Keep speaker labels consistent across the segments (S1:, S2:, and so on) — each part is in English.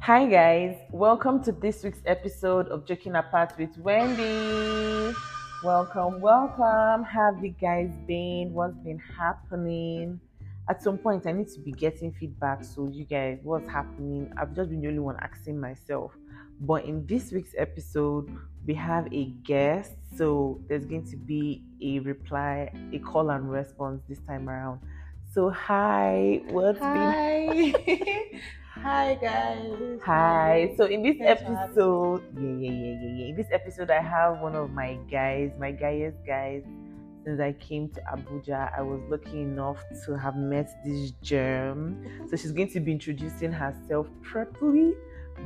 S1: Hi, guys. Welcome to this week's episode of Joking Apart with Wendy. Welcome, welcome. How Have you guys been? What's been happening? At some point, I need to be getting feedback. So, you guys, what's happening? I've just been the only one asking myself. But in this week's episode, we have a guest. So, there's going to be a reply, a call and response this time around. So, hi, what's been
S2: Hi. Hi guys.
S1: Hi. So in this
S2: Thanks for having me.
S1: episode, yeah, yeah, yeah, yeah, yeah. In this episode, I have one of my guys, my guys, guys. Since I came to Abuja, I was lucky enough to have met this germ. So she's going to be introducing herself properly.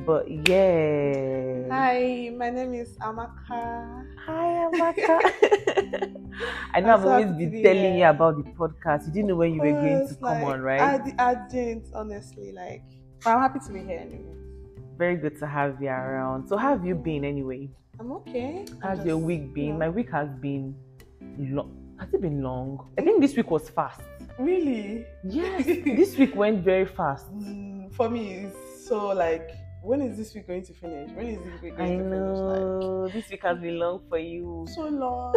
S1: But yeah.
S2: Hi, my name is Amaka.
S1: Hi, Amaka. I know
S2: I'm
S1: I've
S2: so
S1: always
S2: happy to
S1: been
S2: be
S1: telling you
S2: here.
S1: about the podcast. You didn't know when you were going to
S2: Because,
S1: come
S2: like,
S1: on, right?
S2: I, di- I didn't, honestly. Like, but I'm happy to be here anyway.
S1: Very good to have you around. So how have you been anyway?
S2: I'm okay. I'm
S1: How's
S2: just,
S1: your week been?
S2: you know-
S1: My week has been long. Has it been long? I think this week was fast.
S2: Really?
S1: Yes, this week went very fast.
S2: Mm, for me, it's so like, when is this week going to finish? When is this week
S1: I
S2: going to finish?
S1: know this week has been long for you,
S2: Like, so long.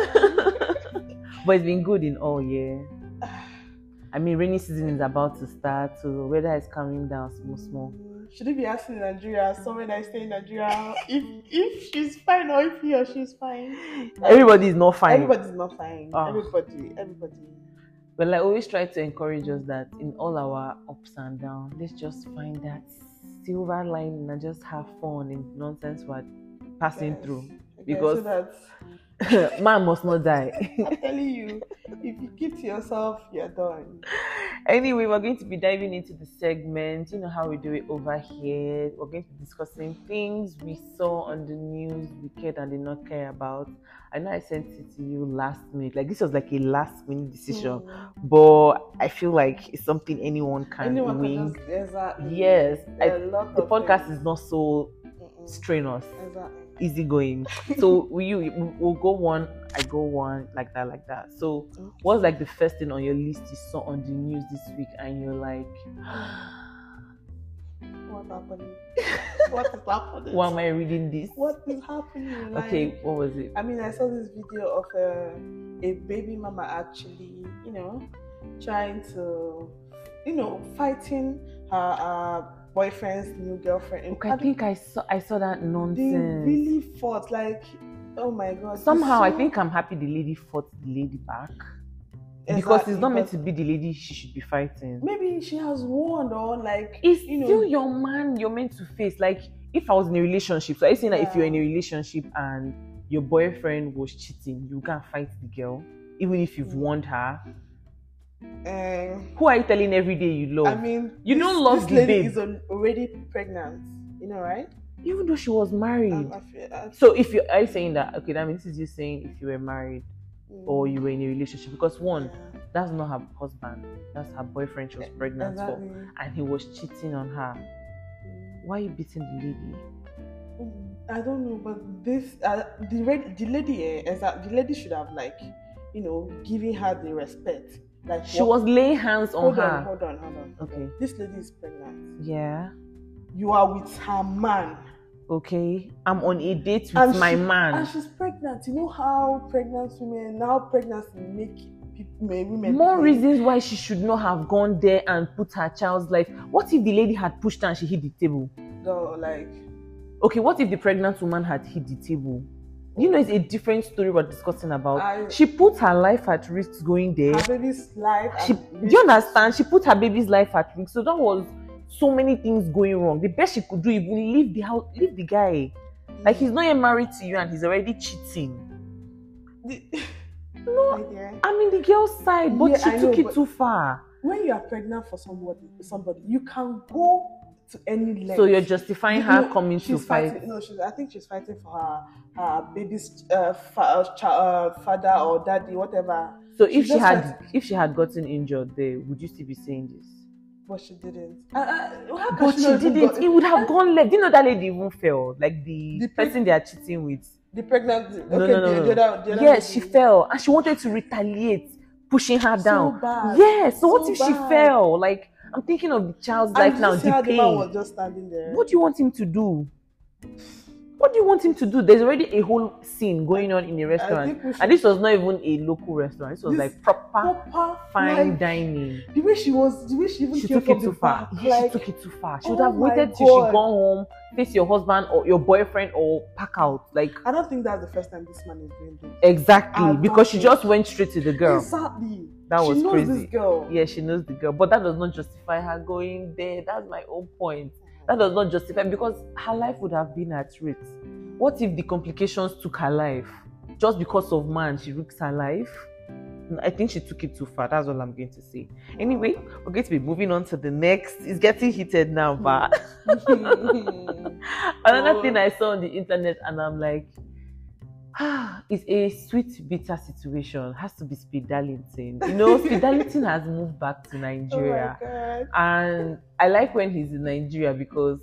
S1: but it's been good in all year. I mean, rainy season is about to start, so the weather is calming down small, small.
S2: Should it be asking Nigeria, someone that is staying in Nigeria, if if she's fine or if he or she's fine?
S1: Everybody is not fine,
S2: Everybody's not fine.
S1: Ah.
S2: Everybody, everybody.
S1: but like always, try to encourage us that in all our ups and downs, let's just find that silver lining and just have fun in nonsense we're passing
S2: Yes.
S1: through.
S2: Okay,
S1: Because-
S2: so that
S1: man must not die.
S2: I'm telling you, if you keep to yourself, you're done.
S1: anyway, we're going to be diving into the segment. You know how we do it over here. We're going to be discussing things we saw on the news we cared and did not care about. I know I sent it to you last minute. Like this was like a last minute decision,
S2: Mm.
S1: but I feel like it's something anyone can
S2: Anyone
S1: wing.
S2: can just exactly.
S1: yes, I-
S2: There are a lot
S1: the
S2: of
S1: podcast
S2: things.
S1: is not so
S2: Mm-mm.
S1: strenuous.
S2: Exactly.
S1: Easy going. so we you we'll go one, I go one, like that, like that. So what's like the first thing on your list you saw on the news this week and you're like
S2: What's happening? what is happening?
S1: why am i reading this
S2: What is happening? Like,
S1: okay what was it
S2: I mean, I saw this video of uh, a, a baby mama actually, you know, trying to, you know, fighting her uh, boyfriend's new girlfriend. And
S1: okay i think i saw i saw that
S2: they
S1: nonsense
S2: really fought. Like, oh my god.
S1: somehow i
S2: So-
S1: think i'm happy the lady fought the lady back because it's
S2: Exactly,
S1: not meant
S2: but
S1: to be the lady she should be fighting
S2: Maybe she has warned or like
S1: it's
S2: you know.
S1: still your man you're meant to face like if i was in a relationship so are you saying that if you're in a
S2: Yeah.
S1: relationship and your boyfriend was cheating you can't fight the girl even if you've
S2: Mm.
S1: warned her
S2: Um,
S1: who are you telling every day you love
S2: I mean,
S1: You
S2: this,
S1: don't love
S2: this
S1: the
S2: lady
S1: babe.
S2: is al- already pregnant. You know, right?
S1: even though she was married
S2: Um, I feel, I,
S1: So if you are you saying that, okay, that means this is you saying if you were married
S2: mm.
S1: or oh, you were in a relationship because one,
S2: Yeah,
S1: that's not her husband, that's her boyfriend she was pregnant
S2: exactly.
S1: for, and he was cheating on her. Why are you beating the lady?
S2: Mm. I don't know, but this uh, the red, the lady eh, exact, the lady should have like, you know, given her the respect. Like
S1: She
S2: what-
S1: was laying hands on
S2: Hold
S1: her.
S2: on, hold on, hold on.
S1: Okay.
S2: This lady is pregnant.
S1: Yeah.
S2: You are with her man,
S1: Okay. I'm on a date with
S2: And
S1: my
S2: she-
S1: man.
S2: and she's pregnant. You know how pregnant women now pregnancy make people, women
S1: More
S2: behave?
S1: reasons why she should not have gone there and put her child's life. What if the lady had pushed her and she hit the table?
S2: Girl, like
S1: Okay, what if the pregnant woman had hit the table? You know, it's a different story we're discussing about.
S2: I-
S1: she put her life at risk going there.
S2: her baby's life.
S1: She,
S2: and-
S1: do you understand? She put her baby's life at risk. So that was so many things going wrong. The best she could do, even leave the house, leave the guy. Like he's not yet married to you, and he's already cheating.
S2: no. Idea.
S1: I mean, the girl's side, but
S2: Yeah,
S1: she
S2: I
S1: took
S2: know,
S1: it
S2: but-
S1: too far.
S2: When you are pregnant for somebody, somebody, you can go to any length.
S1: So you're justifying
S2: You
S1: her
S2: know,
S1: coming to
S2: she's
S1: fight.
S2: fighting. No, she's. I think she's fighting for her, her baby's uh, fa- uh, cha- uh, father or daddy, whatever.
S1: So
S2: She's
S1: if she
S2: just
S1: had, if she had gotten injured there, would you still be saying this?
S2: But she didn't. Uh, uh, how can
S1: But she
S2: not even
S1: didn't.
S2: go-
S1: It would have gone left. You know that lady even fell. Like the,
S2: The pe-
S1: person they are cheating with.
S2: The pregnant. Okay,
S1: No, no, no,
S2: the,
S1: no.
S2: The other, the other
S1: Yes, she
S2: lady.
S1: fell, and she wanted to retaliate, pushing her
S2: So
S1: down.
S2: bad.
S1: Yes. So, what
S2: So
S1: if she
S2: bad.
S1: fell? Like I'm thinking of the child's
S2: And
S1: life
S2: did
S1: now.
S2: you see
S1: The
S2: how the man
S1: pain.
S2: was just standing there.
S1: What do you want him to do? What do you want him to do? There's already a whole scene going on in the restaurant.
S2: think we
S1: And
S2: should-
S1: this was not even a local restaurant. This was
S2: This-
S1: like proper
S2: proper
S1: fine
S2: like,
S1: dining.
S2: The way she was, the way she even
S1: She
S2: came
S1: took
S2: from
S1: it
S2: the
S1: too far.
S2: back,
S1: Yeah, she
S2: like,
S1: took it too far. She would
S2: oh
S1: have
S2: my
S1: waited till she
S2: God.
S1: gone home, face your husband or your boyfriend or pack out. Like
S2: I don't think that's the first time this man is doing this. I
S1: exactly.
S2: don't
S1: Because she
S2: think-
S1: just went straight to the girl.
S2: Exactly.
S1: That
S2: she
S1: was
S2: knows
S1: crazy.
S2: this girl.
S1: Yeah, she knows the girl. But that does not justify her going there. That's my own point. That does not justify because her life would have been at risk. What if the complications took her life? Just because of man, she risks her life. No, I think she took it too far. That's all I'm going to say. Anyway, we're going to be moving on to the next. It's getting heated now, but another
S2: Oh.
S1: thing I saw on the internet, and I'm like, ah, it's a sweet bitter situation. Has to be speed darlington. You know, speed darlington has moved back to
S2: oh my
S1: Nigeria,
S2: god.
S1: and I like when he's in Nigeria because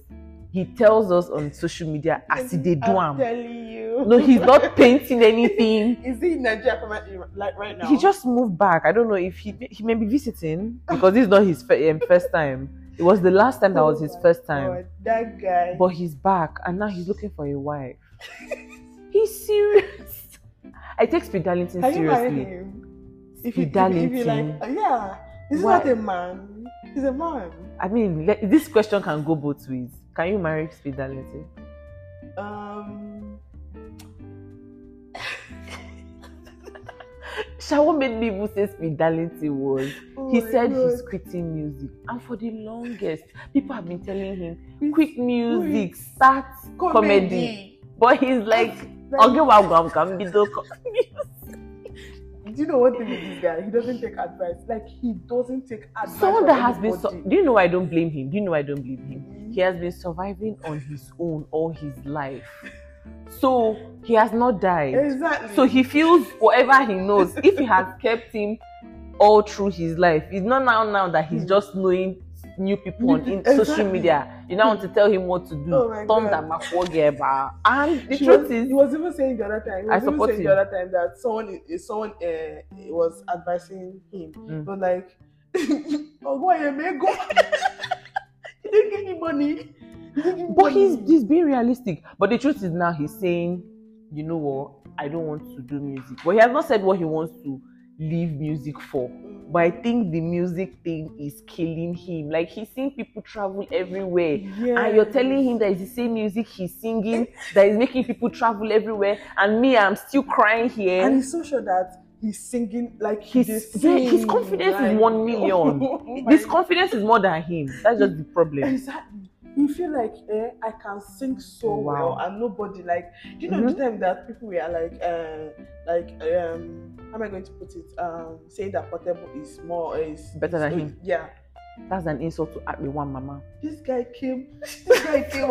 S1: he tells us on social media as he dey do
S2: I'm
S1: am.
S2: telling you.
S1: No, he's not painting anything.
S2: Is he in Nigeria from- like right now?
S1: He just moved back. I don't know if he he may be visiting because this is not his fir- um, first time. It was the last time that was
S2: Oh
S1: his
S2: my
S1: first time.
S2: God, that guy.
S1: But he's back and now he's looking for a wife. he's serious. I take Speed Darlington
S2: Can you marry
S1: seriously.
S2: him?
S1: Speed Darlington.
S2: like, uh, yeah, this is
S1: Why-
S2: not a man. He's a man.
S1: I mean, le- this question can go both ways. Can you marry Speed Darlington?
S2: Um,
S1: Shawo made me even say Speed Darlington was.
S2: oh
S1: he
S2: my
S1: said
S2: God.
S1: he's quitting music. And for the longest, people have been telling him,
S2: Quit-
S1: quit music,
S2: quit
S1: start comedy. But he's like,
S2: Like,
S1: Ogewagwam can be do comedy.
S2: do you know what thing with this guy? He doesn't take advice. Like he doesn't take advice.
S1: Someone
S2: from
S1: that has been. Su-
S2: anybody. Mm-hmm.
S1: Do you know I don't blame him? Do you know I don't blame him? he has been surviving on his own all his life. So he has not died.
S2: Exactly.
S1: So he feels whatever he knows. If he has kept him all through his life, it's not now now that he's
S2: Hmm.
S1: just knowing new people on in
S2: Exactly.
S1: social media. You now want to tell him what to do.
S2: Oh my
S1: Tom
S2: God.
S1: that must forgive her. And the
S2: She
S1: truth
S2: was,
S1: is,
S2: he was even saying the other time. He
S1: I
S2: was even
S1: support
S2: saying
S1: him.
S2: the other time that someone, is- someone uh, was advising him,
S1: Mm.
S2: but like, oh boy, you may go. he didn't give me money. He didn't give me
S1: but he's
S2: money.
S1: he's being realistic. But the truth is now he's saying, you know what, I don't want to do music. But he has not said what he wants to leave music for.
S2: Mm.
S1: but I think the music thing is killing him. Like he's seeing people travel everywhere.
S2: yeah.
S1: And you're telling him that it's the same music he's singing that is making people travel everywhere, and me, I'm still crying here.
S2: and he's so sure that he's singing like
S1: Eh? He's-
S2: they
S1: yeah, his
S2: sing,
S1: confidence is
S2: like-
S1: one million.
S2: Oh my
S1: this confidence is more than him. That's just the problem.
S2: Exactly. You feel like eh, I can sing so
S1: Wow. Mm-hmm.
S2: well, and nobody like. Do you know the time that people were like, uh, like um, how am I going to put it? Um, saying that Portable is more eh, is
S1: Better
S2: is-
S1: than him.
S2: Yeah,
S1: That's an insult to Akpi one mama.
S2: this guy came. This guy came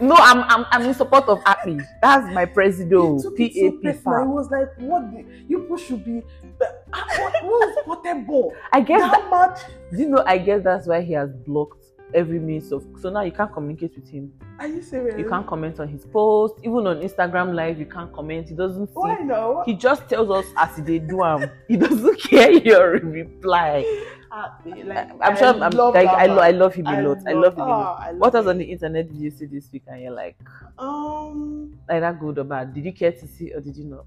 S1: No, I'm I'm, I'm in support of Akpi. That's my presido.
S2: He took it so
S1: PAP.
S2: personal. He
S1: fam.
S2: was like, "What the, you people should be? but, ah, What, what is Portable?
S1: I guess that,
S2: That much?
S1: do you know? I guess that's why he has blocked every means of. So now you can't communicate with him.
S2: Are you serious?
S1: You can't comment on his post, even on Instagram Live. You can't comment. He doesn't see.
S2: Why no?
S1: He just tells us as they do am. He doesn't care your reply.
S2: Ah, like,
S1: I'm sure I'm
S2: love
S1: like
S2: that
S1: I, lo- I
S2: man.
S1: love him a lot. I love him a lot.
S2: ah, I love
S1: What else
S2: him.
S1: on the internet did you see this week and you're like,
S2: Um,
S1: either good or bad? Did you care to see or did you not?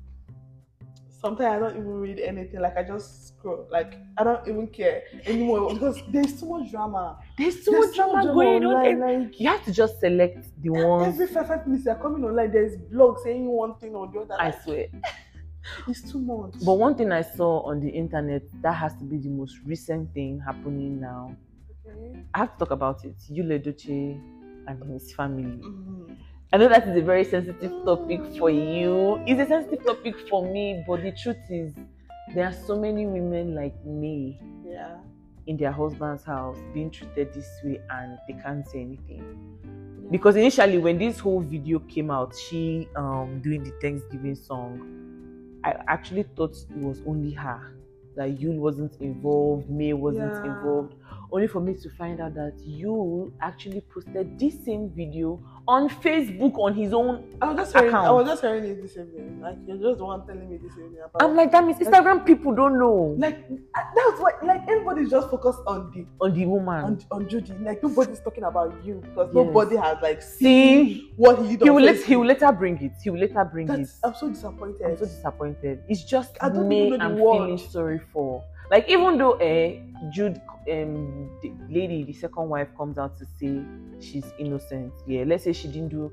S2: sometimes I don't even read anything. Like I just scroll. Like I don't even care anymore because there's too much drama.
S1: There's
S2: There's
S1: and
S2: online. Like
S1: You have to just select the ones.
S2: every five five minutes they're coming online. There's blogs saying one thing or the other.
S1: I
S2: Like,
S1: swear.
S2: it's too much.
S1: But one thing I saw on the internet that has to be the most recent thing happening now.
S2: Okay.
S1: I have to talk about it. Yule Doce and his family.
S2: Mhm.
S1: I know that is a very sensitive topic for you. It's a sensitive topic for me, but the truth is, there are so many women like me
S2: Yeah.
S1: in their husband's house being treated this way and they can't say anything.
S2: Yeah.
S1: Because initially, when this whole video came out, she um, doing the Thanksgiving song, I actually thought it was only her. That Yul wasn't involved, May wasn't
S2: Yeah.
S1: involved. only for me to find out that you actually posted this same video on Facebook on his own.
S2: I was just hearing, I
S1: Account.
S2: was just hearing it this evening. Like you're just the one telling me this evening about.
S1: I'm like, that means Instagram people don't know
S2: like uh, that's what like everybody's just focused on the
S1: on the woman.
S2: on, on Judy. Like nobody's talking about you because
S1: Yes.
S2: nobody has like seen
S1: See,
S2: what he did.
S1: he
S2: on
S1: will, let,
S2: Facebook.
S1: he will later bring it. He will later bring it.
S2: That's, I'm so
S1: I'm
S2: disappointed.
S1: so disappointed. It's just
S2: I don't
S1: me
S2: even know the
S1: I'm
S2: word.
S1: feeling sorry for. Like even though eh, Jude um the lady, the second wife, comes out to say she's innocent. Yeah, let's say she didn't do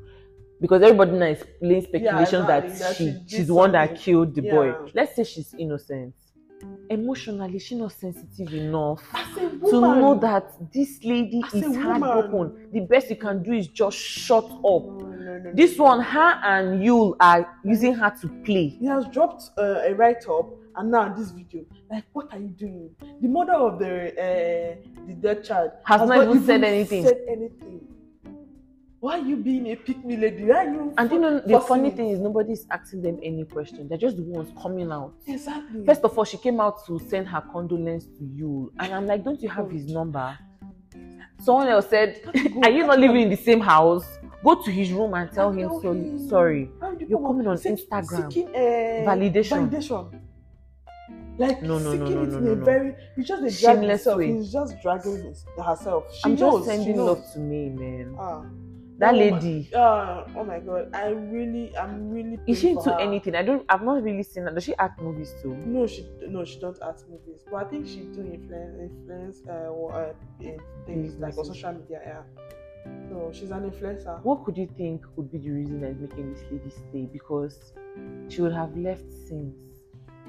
S1: because everybody now is playing speculations
S2: exactly,
S1: that,
S2: that she
S1: she,
S2: did
S1: she's the one that
S2: something.
S1: killed the boy.
S2: Yeah.
S1: Let's say she's innocent. Emotionally, she's not sensitive enough
S2: As a
S1: to
S2: woman,
S1: know that this lady
S2: As a
S1: is
S2: woman.
S1: heartbroken. The best you can do is just shut
S2: No,
S1: up.
S2: no, no, no.
S1: This one, her and you are using her to play.
S2: he has dropped uh, a write up and now this video. Like, what are you doing? The mother of the uh, the dead child
S1: Has not even said anything.
S2: Said anything. Why are you being a pick me lady? Why are you?
S1: And you
S2: fu-
S1: know, the
S2: fussing
S1: funny
S2: it?
S1: thing is nobody's asking them any question. They're just the ones coming out.
S2: Exactly.
S1: First of all, she came out to send her condolence to you. And I'm like, don't you have his number? Someone else said, Are you not living in the same house? Go to his room and tell him so, sorry. You're coming on Instagram.
S2: Seeking, uh,
S1: Validation.
S2: Validation. Like
S1: No, no, no,
S2: seeking
S1: no,
S2: it
S1: no,
S2: in
S1: no,
S2: a
S1: no.
S2: very it's just a drag
S1: Shameless
S2: itself.
S1: way.
S2: It's just dragging his- herself. She
S1: I'm
S2: knows,
S1: just
S2: she
S1: sending
S2: knows.
S1: love to me, man.
S2: Ah.
S1: That
S2: Oh my-
S1: lady.
S2: Ah, oh my god, I really, I'm really.
S1: Is she
S2: praying
S1: into
S2: for her.
S1: anything? I don't I've not really seen her. Does she act movies too?
S2: No, she no, she don't ask me this, but I think she do influence influence uh, or, uh in things like on
S1: Businesses.
S2: social media. Yeah, so she's an influencer.
S1: What could you think would be the reason that is making this lady stay? Because she would have left since.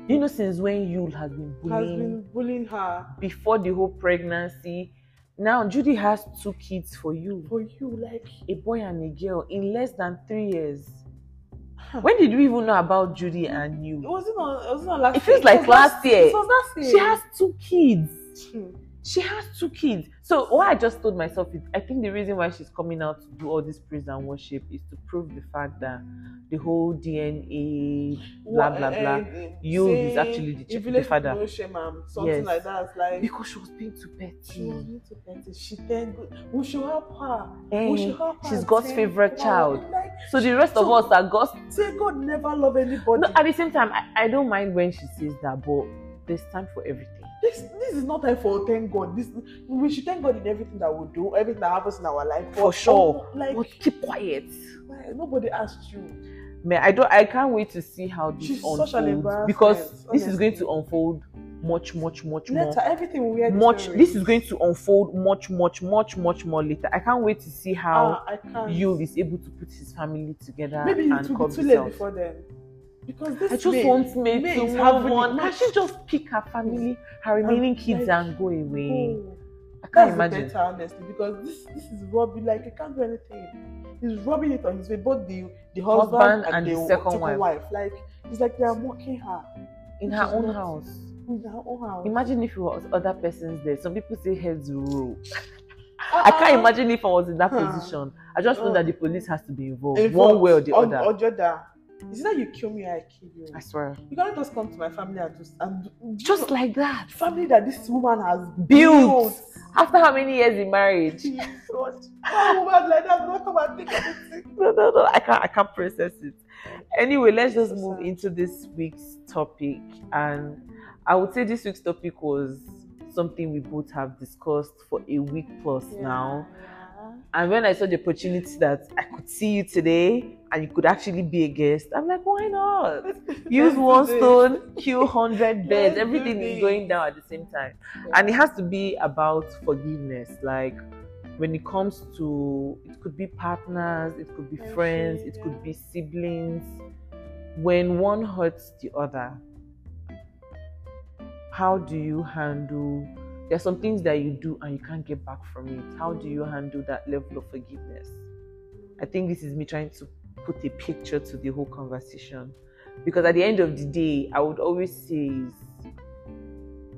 S1: You know, since when Yul has been
S2: Has
S1: bullying
S2: been bullying her
S1: before the whole pregnancy. Now Judy has two kids for you,
S2: for you, like
S1: a boy and a girl, in less than three years. When did we even know about Judy and
S2: it
S1: you?
S2: wasn't on. It wasn't on last.
S1: It feels
S2: year.
S1: like
S2: was
S1: last year.
S2: It was last year.
S1: She has two kids.
S2: Hmm.
S1: she has two kids. So what I just told myself is, I think the reason why she's coming out to do all this praise and worship is to prove the fact that the whole DNA, blah
S2: Well,
S1: blah
S2: eh,
S1: blah,
S2: eh, eh,
S1: You is
S2: saying,
S1: actually the
S2: "If
S1: ch-
S2: you
S1: the
S2: let
S1: father."
S2: people know shame, um, something
S1: Yes.
S2: like that. Like
S1: because she was being too
S2: she was
S1: petty.
S2: into plenty. She thank God. We should help her. We
S1: Eh,
S2: should help her.
S1: she's God's
S2: Thank
S1: favorite
S2: God.
S1: child.
S2: Like,
S1: So the rest of
S2: So-
S1: us are God's.
S2: Say God never love anybody.
S1: No, at the same time, I, I don't mind when she says that, but there's time for everything.
S2: this this is not time for thank God. This we should thank God in everything that we do, everything that happens in our life.
S1: For
S2: But,
S1: sure.
S2: oh, like
S1: But keep quiet.
S2: why- nobody asked you.
S1: Man, I don't. I can't wait to see how this
S2: She's
S1: unfolds
S2: such an embarrassment,
S1: because this is going
S2: honestly.
S1: to unfold much, much, much more.
S2: Later, everything we had
S1: much this is going to unfold much much much much more later i can't wait to see how
S2: Ah, I can't.
S1: Yul is able to put his family together
S2: maybe
S1: uh, and
S2: it will
S1: come
S2: be too late
S1: himself.
S2: before then. Because this
S1: i just
S2: May-
S1: want me
S2: May
S1: to
S2: is
S1: move
S2: happening.
S1: on i should just pick her family her remaining kids
S2: like-
S1: and go away
S2: Oh,
S1: i can't
S2: that's
S1: imagine
S2: better honestly because this this is rubbing like you can't do anything. He's rubbing it on his way, both the the husband,
S1: Husband
S2: and,
S1: and
S2: the,
S1: the second wife.
S2: Like it's like they are mocking her
S1: in
S2: Which
S1: her
S2: is
S1: own
S2: not-
S1: house
S2: in her own house.
S1: imagine if it was other persons there some people say heads will roll
S2: Ah,
S1: i can't imagine if i was in that
S2: Huh.
S1: position i just know
S2: Oh.
S1: that the police has to be involved
S2: In
S1: one
S2: front,
S1: way or the
S2: on-
S1: other
S2: Or the other. Is it that you kill me or I kill you?
S1: i swear
S2: You cannot just come to my family and just and
S1: just like that
S2: family that this woman has
S1: built after how many years in marriage
S2: Jesus. How a oh, woman like that not come and think of it.
S1: no, no, no. I can't. I can't process it. Anyway, let's just
S2: So
S1: move
S2: sad.
S1: into this week's topic, and I would say this week's topic was something we both have discussed for a week plus now. And when I saw the opportunity that I could see you today and you could actually be a guest, I'm like, why not? Use
S2: Let's do
S1: one
S2: this.
S1: stone, kill hundred
S2: Let's
S1: birds.
S2: do
S1: Everything is
S2: this.
S1: going down at the same time and it has to be about forgiveness like when it comes to it could be partners it could be
S2: Friendship,
S1: friends it could
S2: yeah.
S1: be siblings when one hurts the other how do you handle there are some things that you do and you can't get back from it how do you handle that level of forgiveness i think this is me trying to put a picture to the whole conversation because at the end of the day i would always say is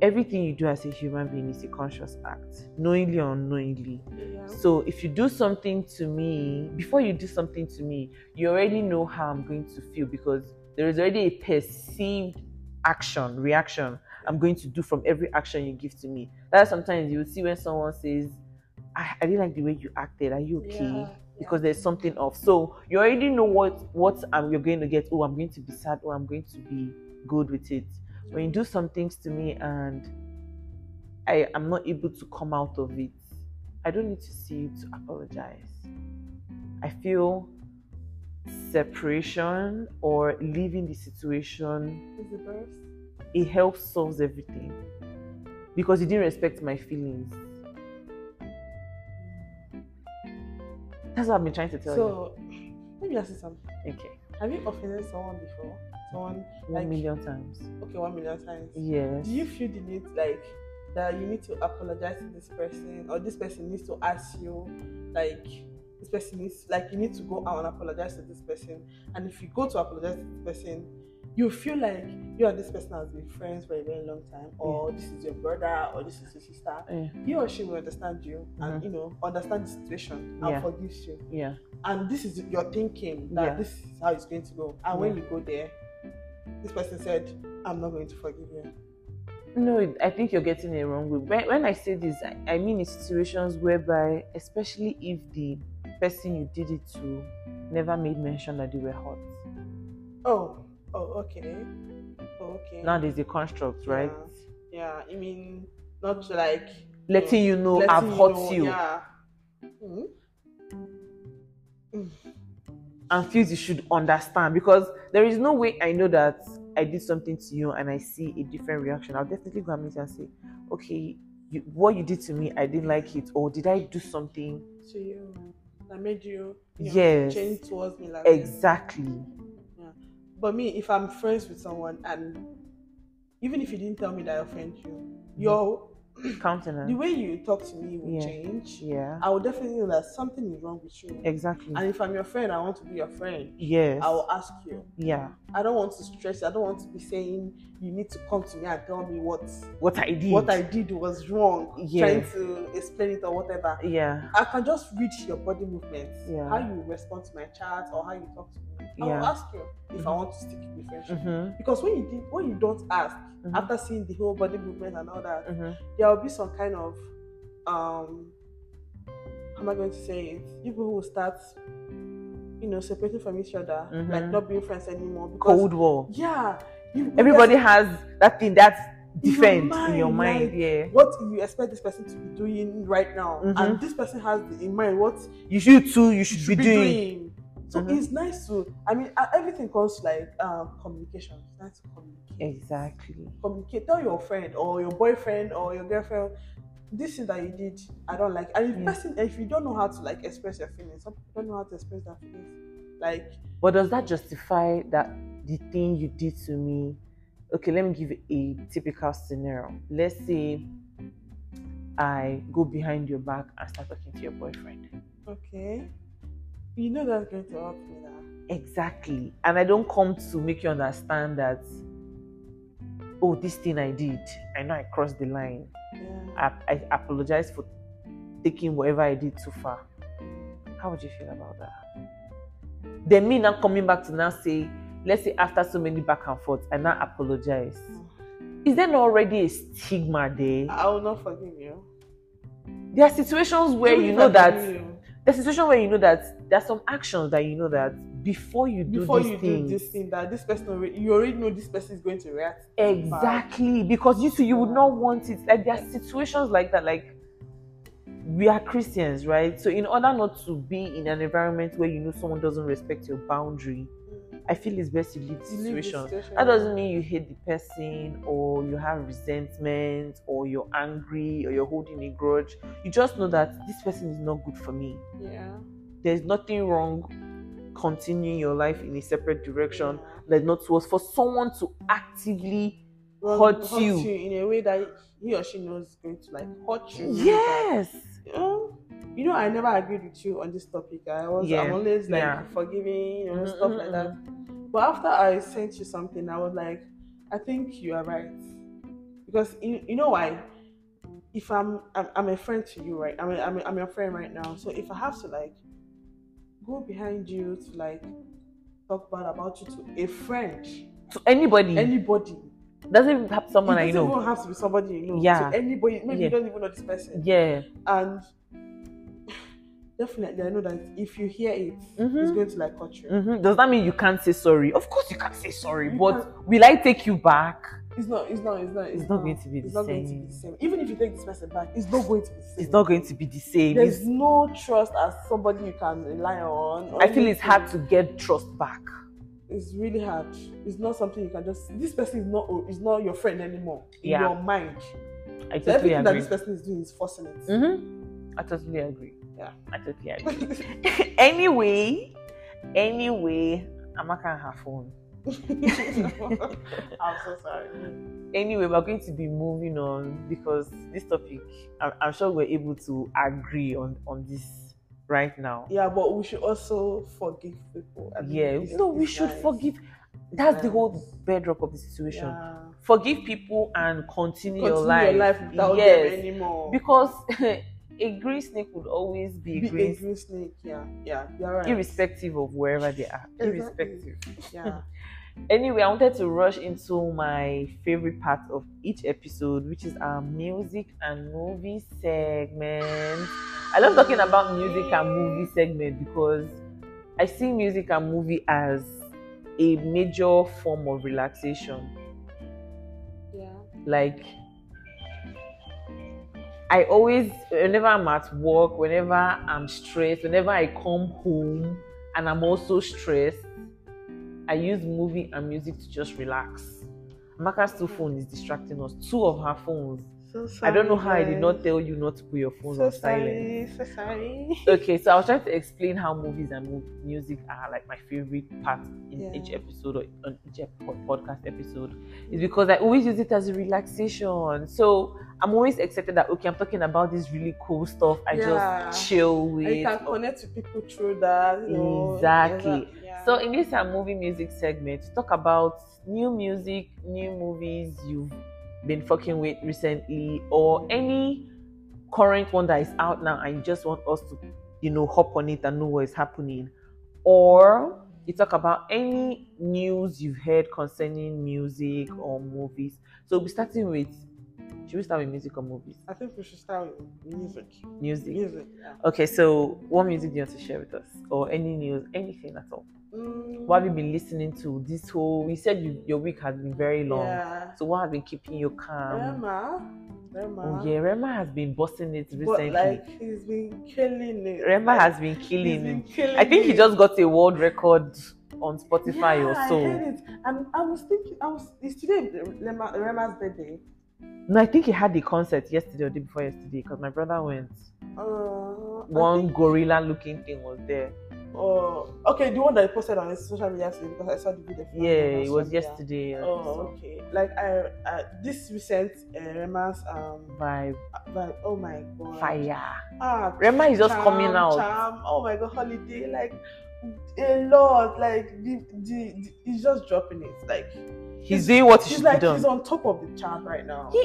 S1: everything you do as a human being is a conscious act, knowingly or unknowingly.
S2: Yeah.
S1: So if you do something to me, before you do something to me, you already know how I'm going to feel because there is already a perceived action, reaction. I'm going to do from every action you give to me. That's sometimes you will see when someone says, "Ah, I, I didn't like the way you acted. Are you okay?
S2: Yeah,
S1: Because there's something off. So you already know what what um, you're going to get. Oh, I'm going to be sad. Oh, I'm going to be good with it. When you do some things to me and I am not able to come out of it, I don't need to see you to apologize. I feel separation or leaving the situation
S2: Is the best.
S1: it helps solves everything because you didn't respect my feelings. That's what I've been trying to tell
S2: So, let me ask you something.
S1: you. Okay,
S2: Have you offended someone before? Someone
S1: one
S2: like
S1: million times.
S2: okay, one million times.
S1: Yes.
S2: Do you feel the need like that? You need to apologize to this person, or this person needs to ask you, like this person needs like you need to go out and apologize to this person. And if you go to apologize to this person, you feel like you and this person has been friends for a very long time, or this is your brother, or this is your sister.
S1: Yeah.
S2: He or she will understand you and you know understand the situation and
S1: Mm-hmm. Yeah.
S2: forgives you
S1: yeah.
S2: and this is your thinking that
S1: Yeah.
S2: this is how it's going to go. And when
S1: Yeah.
S2: you go there, this person said, I'm not going to forgive you.
S1: No, it- I think you're getting it wrong. When, when I say this, I, I mean in situations whereby, especially if the person you did it to never made mention that they were hot.
S2: Oh, oh, okay. Oh, okay.
S1: Now there's a construct, right?
S2: Yeah, I mean, not like
S1: Letting you know
S2: letting
S1: I've hurt
S2: know,
S1: you
S2: Yeah. Hmm?
S1: and feels you should understand because there is no way I know that I did something to you and I see a different reaction. I'll definitely go and meet you and say, okay, you, what you did to me, I didn't like it, or did I do something?
S2: To you. That made you, you know,
S1: Yes.
S2: change towards me like this.
S1: Exactly.
S2: But me, if I'm friends with someone and even if you didn't tell me that I offend you, your the
S1: Countenance.
S2: way you talk to me will
S1: Yeah.
S2: change.
S1: Yeah.
S2: I will definitely know that something is wrong with you.
S1: Exactly.
S2: And if I'm your friend, I want to be your friend.
S1: Yes.
S2: I will ask you.
S1: Yeah.
S2: I don't want to stress. I don't want to be saying you need to come to me and tell me what
S1: What I did.
S2: what I did was wrong.
S1: Yeah.
S2: Trying to explain it or whatever.
S1: Yeah.
S2: I can just read your body movements,
S1: Yeah.
S2: how you respond to my chat or how you talk to me. I will
S1: Yeah.
S2: ask you if I
S1: Mhm.
S2: want to stick in the friendship.
S1: Mhm.
S2: Because when you did, when you don't ask
S1: Mhm.
S2: after seeing the whole body movement and all that,
S1: Mhm.
S2: there will be some kind of um how am I going to say it? You People will start, you know, separating from each other,
S1: Mhm.
S2: like not being friends anymore. Because
S1: Cold war.
S2: yeah, you,
S1: Everybody has that thing that's
S2: your
S1: defense in
S2: mind,
S1: your mind.
S2: like,
S1: yeah.
S2: what you expect this person to be doing right now,
S1: Mhm.
S2: and this person has in mind what
S1: You should too. You should,
S2: should
S1: be, doing.
S2: So
S1: Mhm.
S2: it's nice to. I mean, uh, everything comes to, like um, communication. It's nice to communicate.
S1: Exactly.
S2: communicate tell your friend or your boyfriend or your girlfriend this thing that you did i don't like and if
S1: Yeah.
S2: person if you don't know how to like express your feelings some people don't know how to express their feelings like
S1: But does that justify that the thing you did to me? Okay, let me give a typical scenario. Let's say I go behind your back and start talking to your boyfriend.
S2: okay you know that's going to help me now
S1: Exactly. And I don't come to make you understand that, oh, this thing I did, I know I crossed the line.
S2: yeah
S1: I, I apologize for taking whatever I did too far. How would you feel about that? Then me now coming back to now say, let's say after so many back and forth, I now apologize. Is there not already a stigma there?
S2: i will not forgive you
S1: There are situations where
S2: Even
S1: you
S2: if
S1: know
S2: I forgive
S1: that
S2: you,
S1: there's situation where you know that there's some actions that you know that before you do
S2: before
S1: these
S2: you
S1: things,
S2: do this thing that this person already, you already know this person is going to react
S1: Exactly, because you see, you would not want it. Like there are situations like that. Like we are Christians, right? So in order not to be in an environment where you know someone doesn't respect your boundary,
S2: bad.
S1: I feel it's best you leave the
S2: You leave the
S1: situation.
S2: situation.
S1: That doesn't mean you hate the person or you have resentment or you're angry or you're holding a grudge. You just know that this person is not good for me.
S2: yeah
S1: There's nothing wrong continuing your life in a separate direction.
S2: Yeah.
S1: Like not towards for someone to actively
S2: Well,
S1: Hurt you.
S2: in a way that he or she knows is going to like hurt you really bad.
S1: Yes.
S2: Um, you know, I never agreed with you on this topic. I was,
S1: Yeah,
S2: I'm always like
S1: yeah.
S2: forgiving, you know,
S1: Mhm,
S2: stuff
S1: mhm,
S2: like that. But after I sent you something, I was like, I think you are right, because you, you know why. If I'm, I'm I'm a friend to you, right? I'm a, I'm, a, I'm your friend right now. So if I have to like go behind you to like talk bad about you to a friend,
S1: To anybody.
S2: anybody,
S1: doesn't even have Mm. someone
S2: it
S1: I
S2: doesn't even
S1: know.
S2: have to be somebody you know.
S1: Yeah.
S2: To anybody, maybe
S1: Yeah.
S2: you don't even know this person.
S1: Yeah.
S2: And definitely, I know that if you hear it, it's
S1: Mhm.
S2: going to like cut you.
S1: Mhm. Does that mean you can't say sorry? Of course you can't say sorry,
S2: You
S1: but will I take you back?
S2: It's not. It's not. It's not.
S1: It's not going to be
S2: it's
S1: the
S2: not going to be
S1: same.
S2: the same. Even if you take this person back, it's not going to be the same.
S1: It's not going to be the same.
S2: There's
S1: It's-
S2: no trust as somebody you can rely on. or
S1: I feel it's
S2: anything.
S1: hard to get trust back.
S2: It's really hard. It's not something you can just. This person is not. Is not your friend anymore. In
S1: Yeah.
S2: your mind.
S1: I totally
S2: So everything that
S1: agree.
S2: this person is doing is forcing it.
S1: Mm-hmm. I totally agree.
S2: Yeah.
S1: I totally agree. anyway, anyway, I'm not gonna have fun.
S2: I'm so sorry.
S1: Anyway, we're going to be moving on because this topic, I'm, I'm sure we're able to agree on on this right now.
S2: Yeah, but we should also forgive people. I mean,
S1: Yeah.
S2: it's-
S1: No, we
S2: it's
S1: should
S2: nice.
S1: forgive.
S2: It's
S1: That's the
S2: nice.
S1: whole bedrock of the situation.
S2: Yeah.
S1: Forgive people and continue,
S2: Continue
S1: your life.
S2: without
S1: yes.
S2: them anymore.
S1: because a green snake would always be a
S2: Be
S1: green
S2: a green snake. Yeah, yeah, you're right.
S1: irrespective of wherever they are
S2: Exactly.
S1: irrespective
S2: Yeah.
S1: anyway i wanted to rush into my favorite part of each episode which is our music and movie segment i love talking about music and movie segment because i see music and movie as a major form of relaxation
S2: yeah.
S1: like I always, whenever I'm at work, whenever I'm stressed, whenever I come home and I'm also stressed, I use movie and music to just relax. Amaka's two phone is distracting us. Two of her phones.
S2: So sorry.
S1: I don't know how I did not
S2: guys.
S1: tell you not to put your phones
S2: So
S1: on silent.
S2: sorry. So sorry.
S1: Okay, so I was trying to explain how movies and mu- music are like my favorite part in
S2: Yeah.
S1: each episode or on each ep- po- podcast episode. It's because I always use it as a relaxation. So I'm always excited that okay, I'm talking about this really cool stuff. I
S2: Yeah.
S1: just chill
S2: And
S1: with.
S2: you can connect to people through that. You know,
S1: Exactly.
S2: there's a- Yeah.
S1: So in this uh, movie music segment, to talk about new music, new movies you've been fucking with recently, or any current one that is out now, and you just want us to, you know, hop on it and know what is happening, or you talk about any news you've heard concerning music or movies. So we're starting with. Should we start with music or movies?
S2: I think we should start with music.
S1: Music.
S2: Music. Yeah.
S1: Okay, so what music do you want to share with us, or any news, anything at all?
S2: Mm,
S1: what have you been listening to this whole you said you, your week has been very long
S2: Yeah.
S1: so what has been keeping you calm
S2: Rema. Rema.
S1: oh yeah rema has been busting it recently
S2: But like he's been killing it.
S1: rema
S2: Like,
S1: has been
S2: he's
S1: killing
S2: been
S1: it.
S2: killing
S1: i think he
S2: it.
S1: just got a world record on spotify
S2: yeah,
S1: or
S2: I
S1: so
S2: heard it. And I was thinking, I was, is today Rema, Rema's birthday?
S1: no i think he had the concert yesterday or the day before yesterday because my brother went
S2: Uh, I
S1: one gorilla looking thing was there
S2: think- Oh, okay, the one that I posted on his social media today because I saw the video. from
S1: yeah
S2: him
S1: it
S2: on
S1: was
S2: social media.
S1: yesterday and
S2: Oh, okay. Like I, uh, this recent uh, Rema's um,
S1: vibe
S2: vibe. Oh my god.
S1: fire
S2: Ah,
S1: rema is just
S2: charm,
S1: coming out
S2: Charm. Oh my god, holiday. Like a lot. Like the, the, the he's just dropping it. Like
S1: he's doing what he
S2: he's
S1: should
S2: like
S1: be done
S2: he's on top of the chart right now.
S1: He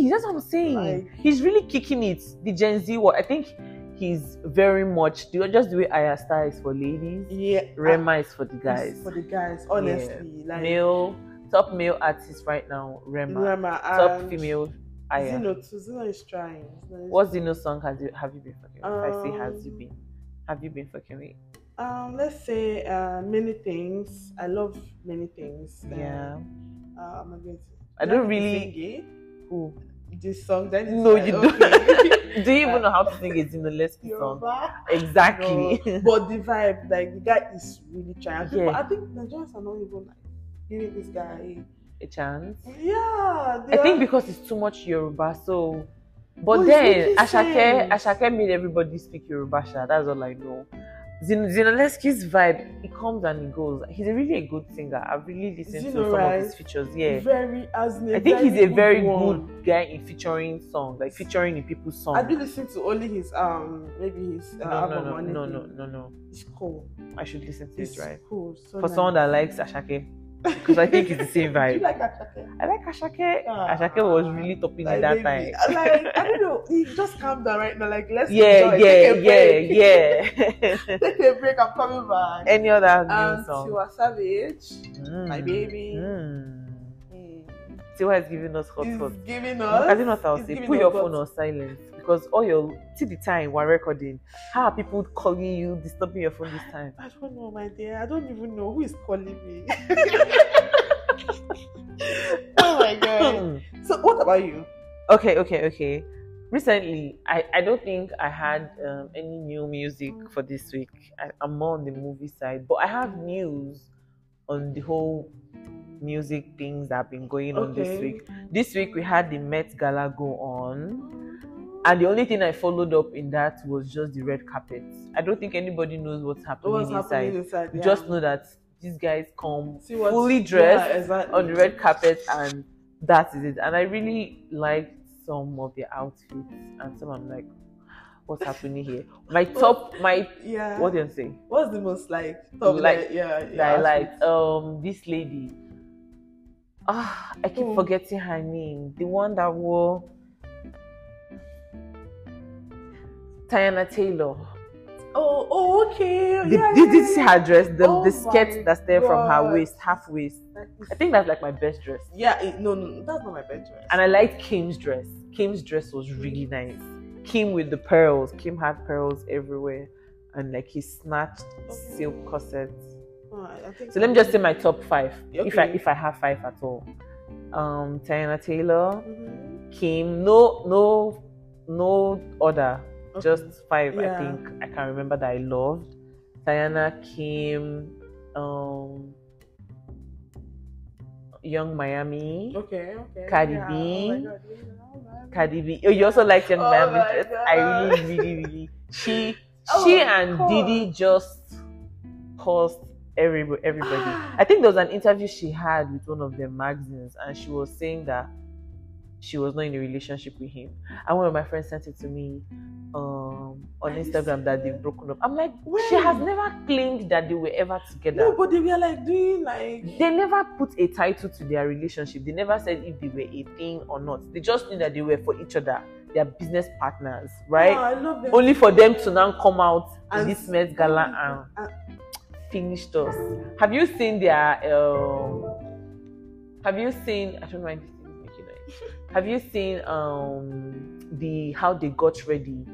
S1: is. That's what I'm saying.
S2: Like-
S1: he's really kicking it. The Gen Z world. I think he's very much do just the way Aya Star is for ladies,
S2: yeah,
S1: Rema is for the
S2: ah,
S1: guys.
S2: For the guys, honestly, like
S1: male top male artist right now, Rema.
S2: Rema
S1: Top
S2: and
S1: female Aya.
S2: Zeno too. Zeno is trying. Zeno is-
S1: What Zeno song has you have you been fucking with? if I say has you
S2: Um,
S1: been. Have you been fucking with?
S2: Um, let's say uh, many things. I love many things. Um,
S1: Yeah.
S2: Uh, I'm going to.
S1: I don't
S2: Like
S1: really-
S2: sing
S1: Who?
S2: it, this song. Then it's
S1: No,
S2: like,
S1: you
S2: okay.
S1: don't. Do you even
S2: Uh,
S1: know how to sing a Zeno Leslie song?
S2: Yoruba.
S1: Exactly.
S2: No, but the vibe, like the guy is really trying. People,
S1: Yeah.
S2: I think Nigerians are not even like giving this guy.
S1: a chance.
S2: Yeah, they
S1: I think
S2: are-
S1: because it's too much Yoruba, so. But
S2: Oh, it's
S1: then
S2: making
S1: Ashake,
S2: sense.
S1: Ashake made everybody speak Yoruba. Sha. That's all I know. Zin- Zinoleski's vibe, it comes and it goes. He's a really a good singer. I've really listened to
S2: Zino,
S1: some of
S2: right?
S1: his features. Yeah,
S2: very as in a
S1: I think he's a very good
S2: one.
S1: guy in featuring songs, like featuring in people's songs.
S2: I do listen to only his um maybe his uh,
S1: no, no,
S2: album
S1: no,
S2: or
S1: no, no,
S2: anything.
S1: no, no.
S2: It's cool.
S1: I should listen to
S2: It's
S1: it right
S2: cool. So
S1: for
S2: nice.
S1: someone that likes Ashake. 'cause I think it's the same
S2: do
S1: vibe.
S2: you like Ashake?
S1: I like Ashake.
S2: Ah,
S1: Ashake was really topping
S2: Like,
S1: it that
S2: baby,
S1: time.
S2: Like I don't know. He just calm down right now. Like let's
S1: Yeah,
S2: enjoy.
S1: yeah,
S2: Take a break.
S1: yeah, yeah.
S2: Take a break. I'm coming back. Um,
S1: Any other new
S2: And
S1: song?
S2: you are savage.
S1: Mm.
S2: my baby.
S1: Mm.
S2: Mm.
S1: Tiwa is giving us hot
S2: It's
S1: hot.
S2: giving us.
S1: I don't know what I'll
S2: it's
S1: say.
S2: giving
S1: Put
S2: us
S1: your
S2: hot.
S1: phone on silent because all your see the time we're recording. How are people calling you, disturbing your phone this time?
S2: I don't know, my dear. I don't even know who is calling me. oh my god. So what about you?
S1: Hmm. okay, okay, okay. Recently, I, I don't think I had um, any new music for this week. I, I'm more on the movie side, but I have news on the whole music things that have been going on this
S2: Okay.
S1: week. This week we had the Met Gala go on, and the only thing I followed up in that was just the red carpet. I don't think anybody knows what's happening
S2: What's
S1: inside.
S2: happening inside?
S1: You
S2: yeah.
S1: just know that these guys come
S2: See what-
S1: fully
S2: yeah,
S1: dressed
S2: exactly.
S1: on the red carpet and that is it and i really liked some of their outfits and some i'm like what's happening here my top my
S2: Yeah.
S1: what do you say
S2: What's the most like top
S1: Like,
S2: like, yeah, yeah.
S1: that i liked um this lady ah i keep
S2: Who?
S1: forgetting her name the one that wore Tiana Taylor.
S2: Oh, oh, okay.
S1: The,
S2: yeah,
S1: did
S2: yeah,
S1: you see
S2: yeah.
S1: her dress? The,
S2: Oh
S1: the
S2: my
S1: skirt that's there from her
S2: God.
S1: waist, half waist. I think that's like my best dress.
S2: Yeah, it, no, no, that's not my bed dress.
S1: And I liked Kim's dress. Kim's dress was really nice. Kim with the pearls. Kim had pearls everywhere. And like he snatched silk corsets.
S2: Oh, I- I think
S1: So let me just say my top five. If I
S2: Okay.
S1: if I have five at all. Um Tiana Taylor,
S2: Mhm.
S1: Kim, no no no other.
S2: Okay.
S1: Just five, I
S2: Yeah.
S1: think. I can remember that I loved. Diana Kim, um Young Miami.
S2: Okay, okay.
S1: Cardi
S2: yeah,
S1: B.
S2: Oh my God, yeah, oh my God.
S1: Cardi B. Oh, you also liked Young
S2: Oh
S1: Miami
S2: my
S1: dress.
S2: God.
S1: I really, really, really. She,
S2: Oh,
S1: she
S2: of
S1: and
S2: course.
S1: Didi just caused everybody. everybody.
S2: Ah.
S1: I think there was an interview she had with one of the magazines, and she was saying that she was not in a relationship with him. And one of my friends sent it to me um, on
S2: Are you
S1: Instagram that they've
S2: serious?
S1: broken up. I'm like, she
S2: When?
S1: has never claimed that they were ever together.
S2: No, but they were like doing like
S1: they never put a title to their relationship. They never said if they were a thing or not. They just knew that they were for each other. They are business partners,
S2: Oh,
S1: right?
S2: I love them.
S1: Only for them to now come out in
S2: And- oh
S1: this Met Gala and
S2: and-
S1: finished us. Have you seen their? Um, have you seen? I don't know why this thing is making noise. Have you seen um the how they got ready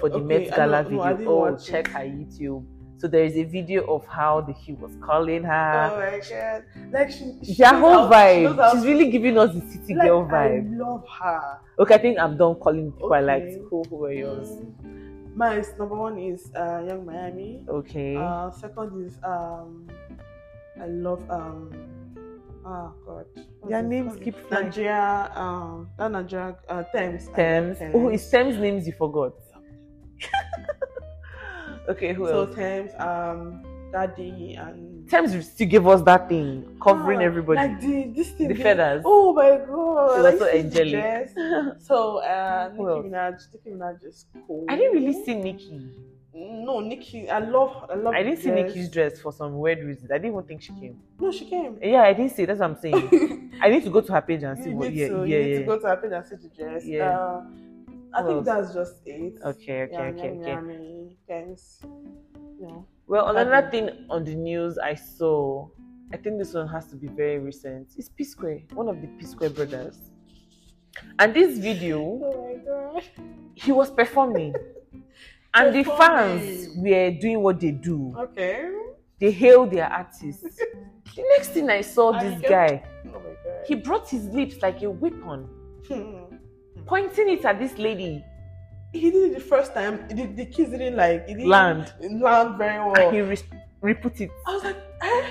S1: for the
S2: Okay,
S1: Met
S2: I
S1: Gala
S2: don't know. I
S1: video?
S2: didn't
S1: Oh,
S2: watch it.
S1: check her YouTube. So there is a video of how the, he was calling her.
S2: oh my god, like she, she
S1: Their
S2: knows
S1: whole
S2: how- she
S1: vibe.
S2: knows how-
S1: She's really giving us the city
S2: like,
S1: girl vibe.
S2: I love her.
S1: Okay, I think I'm done calling people I
S2: Okay.
S1: liked. Who, who were yours?
S2: Mm. My s- number one is uh, Young Miami.
S1: Okay.
S2: Uh, second is um, I love um, oh god, What's
S1: Their
S2: it
S1: names
S2: called?
S1: keep flying.
S2: Nigeria. Um, not Nigeria. Uh, Thames. I
S1: Thames.
S2: love
S1: Oh, it's Thames names you forgot. okay, who
S2: so
S1: else?
S2: Thames. Um, Daddy and.
S1: Thames still gave us that thing, covering
S2: Ah,
S1: everybody.
S2: Like the, this thing,
S1: The feathers.
S2: Oh my god.
S1: It was
S2: like,
S1: so
S2: this is
S1: angelic.
S2: dress. So uh,
S1: Who else?
S2: Nicki Minaj, Nicki Minaj is cool.
S1: I didn't really see Nikki.
S2: No, Nicki. I love. I love.
S1: I
S2: the
S1: didn't see
S2: dress.
S1: Nikki's dress for some weird reasons. I didn't even think she came.
S2: No, she came.
S1: Yeah, I didn't see. That's what I'm saying.
S2: you
S1: I need to go to her page and see what.
S2: need
S1: Yeah,
S2: to.
S1: yeah,
S2: you need
S1: yeah.
S2: to go to her page and see the dress.
S1: Yeah.
S2: Uh, I
S1: Who
S2: think
S1: else?
S2: that's just it.
S1: Okay, okay,
S2: yeah,
S1: okay,
S2: Yummy,
S1: okay.
S2: yummy. Thanks. No.
S1: Well,
S2: Pardon.
S1: another thing on the news I saw, I think this one has to be very recent. It's P Square, one of the P Square brothers. And this video,
S2: Oh my
S1: he was performing. And the fans
S2: Performing.
S1: were doing what they do.
S2: god. Okay.
S1: They hail their artists. The next thing I saw
S2: And
S1: this
S2: you
S1: guy,
S2: Oh my god.
S1: he brought his lips like a weapon,
S2: Hmm.
S1: pointing it at this lady.
S2: he did it the first time. The, the kids didn't like it didn't
S1: Land.
S2: land very well.
S1: And he re- re-put it.
S2: I was like, eh?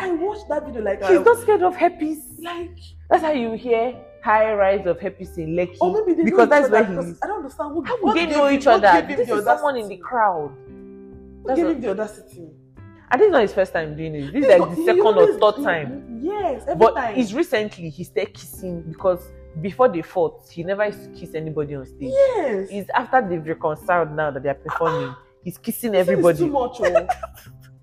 S2: I watched that video like I,
S1: She's not scared of herpes.
S2: like
S1: That's how you hear high rise of herpes in Lekki.
S2: or maybe they know
S1: because
S2: each
S1: that's where
S2: other,
S1: he
S2: because
S1: is.
S2: I don't understand what
S1: How would
S2: what
S1: they
S2: gave
S1: know
S2: him-
S1: each
S2: what
S1: other?
S2: gave him
S1: This
S2: the
S1: is someone in the
S2: audacity?
S1: crowd.
S2: What
S1: That's
S2: gave
S1: what-
S2: him the audacity?
S1: and this is not his first time doing this. This
S2: He's
S1: is like
S2: got-
S1: the
S2: he
S1: second or
S2: always-
S1: third
S2: he-
S1: time.
S2: Yes, every
S1: But
S2: time.
S1: it's recently he started kissing because before they fought, he never used to kiss anybody on stage.
S2: yes.
S1: It's after they've reconciled now that they are performing. He's kissing
S2: He said It's
S1: everybody.
S2: too much. Oh.
S1: On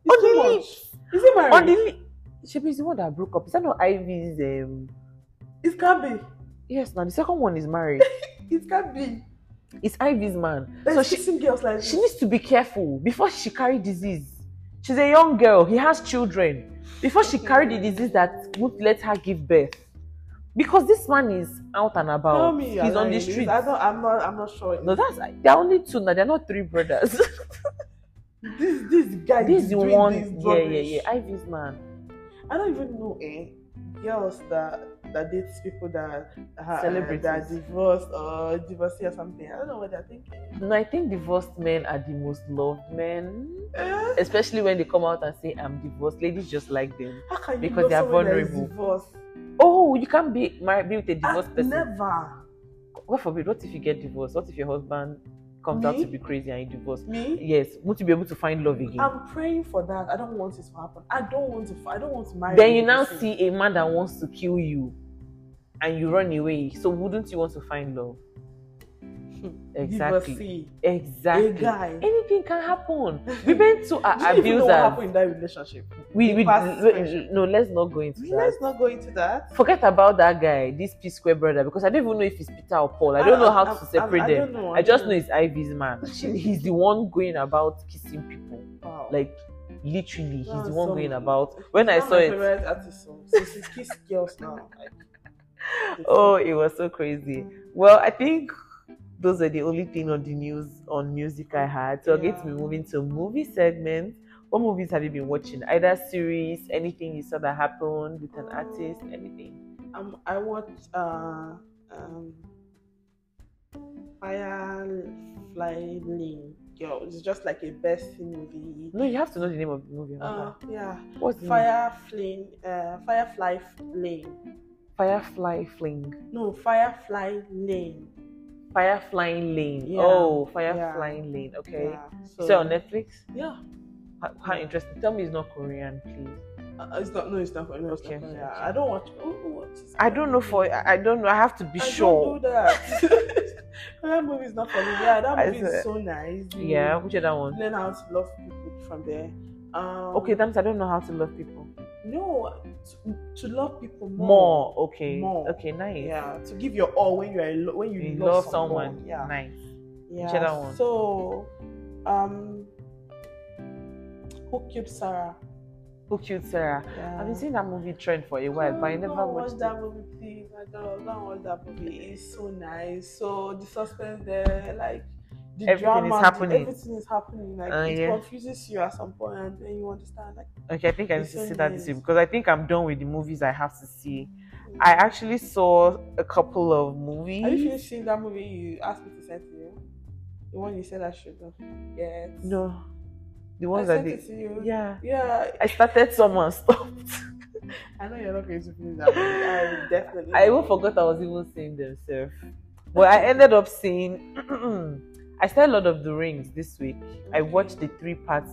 S2: it's too
S1: the
S2: much. Is it married?
S1: On the li- Shebi is the one that broke up. Is that not Ivy's? Um...
S2: It can
S1: Yes, now the second one is married.
S2: be. It can be.
S1: it's Ivy's man.
S2: There's
S1: so she
S2: kissing girls like
S1: she
S2: this.
S1: needs to be careful before she carry disease she's a young girl he has children before she carry the disease that would let her give birth because this man is out and
S2: Tell
S1: about.
S2: me
S1: He's
S2: you're
S1: on
S2: lying.
S1: the
S2: It's-
S1: street.
S2: I don't. I'm not. I'm not sure.
S1: No, that's they're only two now. They're not three brothers.
S2: This this guy.
S1: this
S2: is
S1: is the
S2: doing
S1: one.
S2: This
S1: yeah, yeah,
S2: rubbish.
S1: yeah. Ivy's man.
S2: I don't even know eh, girls that that dates people that uh,
S1: Celebrities.
S2: that are divorced or divorcee or something. I don't know what they're thinking.
S1: No, I think divorced men are the most loved men,
S2: Eh?
S1: especially when they come out and say I'm divorced. Ladies just like them.
S2: How can you
S1: Because
S2: know
S1: they are
S2: someone that is
S1: vulnerable.
S2: Divorced?
S1: Oh, you can't be married be with a
S2: Ah,
S1: divorced person.
S2: never
S1: God forbid. What if you get divorced? What if your husband comes out
S2: Me?
S1: to be crazy and you divorce?
S2: me.
S1: Yes, won't you be able to find love again?
S2: I'm praying for that. I don't want it to happen. I don't want to. I don't want to marry.
S1: then you now
S2: this person.
S1: see a man that wants to kill you and you run away so wouldn't you want to find love exactly
S2: Divorcee,
S1: exactly
S2: a guy.
S1: anything can happen women too
S2: Do
S1: are
S2: you even know what
S1: abusers
S2: happened in that relationship?
S1: we,
S2: in
S1: we,
S2: past
S1: we, no let's not go into that
S2: Let's not go into that.
S1: forget about that guy this p square brother because i don't even know if it's peter or paul i don't know how to separate
S2: I, I,
S1: them
S2: don't know.
S1: i just know
S2: don't
S1: it's ivy's man She- he's the one going about kissing people
S2: Wow.
S1: like literally he's
S2: That's
S1: the one
S2: so-
S1: going about when i
S2: She's
S1: saw
S2: one of my
S1: it
S2: favorite artists, so- so she kiss girls now. Like,
S1: oh it was so crazy well i think those are the only thing on the news on music i had so i'm going to be
S2: Yeah.
S1: moving to movie segment what movies have you been watching either series anything you saw that happened with an artist anything
S2: um, I watched uh, um, Firefly Lane. Girl, it's just like a best movie.
S1: no you have to know the name of the movie
S2: Uh,
S1: Amaka.
S2: yeah,
S1: what's the name?
S2: Firefly, uh, Firefly Lane.
S1: firefly fling
S2: No, Firefly Lane.
S1: firefly lane
S2: Yeah,
S1: oh
S2: yeah.
S1: firefly lane okay
S2: Yeah,
S1: so, on netflix
S2: yeah,
S1: how, how interesting tell me it's not korean please
S2: Uh, it's not. No, it's not. No, it's
S1: Okay,
S2: not. Yeah,
S1: okay.
S2: I don't watch. I don't watch this
S1: i don't know for i I don't know i have to be sure
S2: Don't do that. that movie is not for me. Yeah, that
S1: I
S2: movie
S1: swear.
S2: is so nice. You
S1: yeah which other one
S2: learn how to love people from there. Um,
S1: Okay, that means I don't know how to love people
S2: no, to, to love people more.
S1: more. okay,
S2: More.
S1: okay, nice.
S2: Yeah, to give your all when you are in lo- when you,
S1: You
S2: love,
S1: love someone.
S2: Yeah,
S1: Nice.
S2: yeah.
S1: other one?
S2: So, um, who killed Sarah?
S1: Who killed Sarah?
S2: Yeah.
S1: I've been seeing that movie trend for a while, but I
S2: No,
S1: never
S2: don't
S1: watched
S2: watch
S1: it.
S2: that movie, please. I don't, don't watch that movie. It's so nice. So the suspense there, like the
S1: Everything is
S2: drama, the-
S1: happening.
S2: everything is happening. Like
S1: Ah,
S2: it
S1: yeah.
S2: confuses you at some point, and then you understand. Like
S1: Okay, I think I need
S2: It's
S1: to
S2: so
S1: see that this week
S2: nice.
S1: because I think I'm done with the movies I have to see. I actually saw a couple of movies.
S2: have Mm-hmm. you finished seeing that movie you asked me to send to you? The one you said I should not. Yes.
S1: No, the
S2: I
S1: ones that
S2: sent
S1: they.
S2: it to you.
S1: Yeah,
S2: Yeah,
S1: I started some and stopped.
S2: I know you're not going to finish that movie. I will definitely.
S1: I even forgot I was even seeing themselves. But I ended up seeing. I saw Lord of the Rings this week. I watched the three parts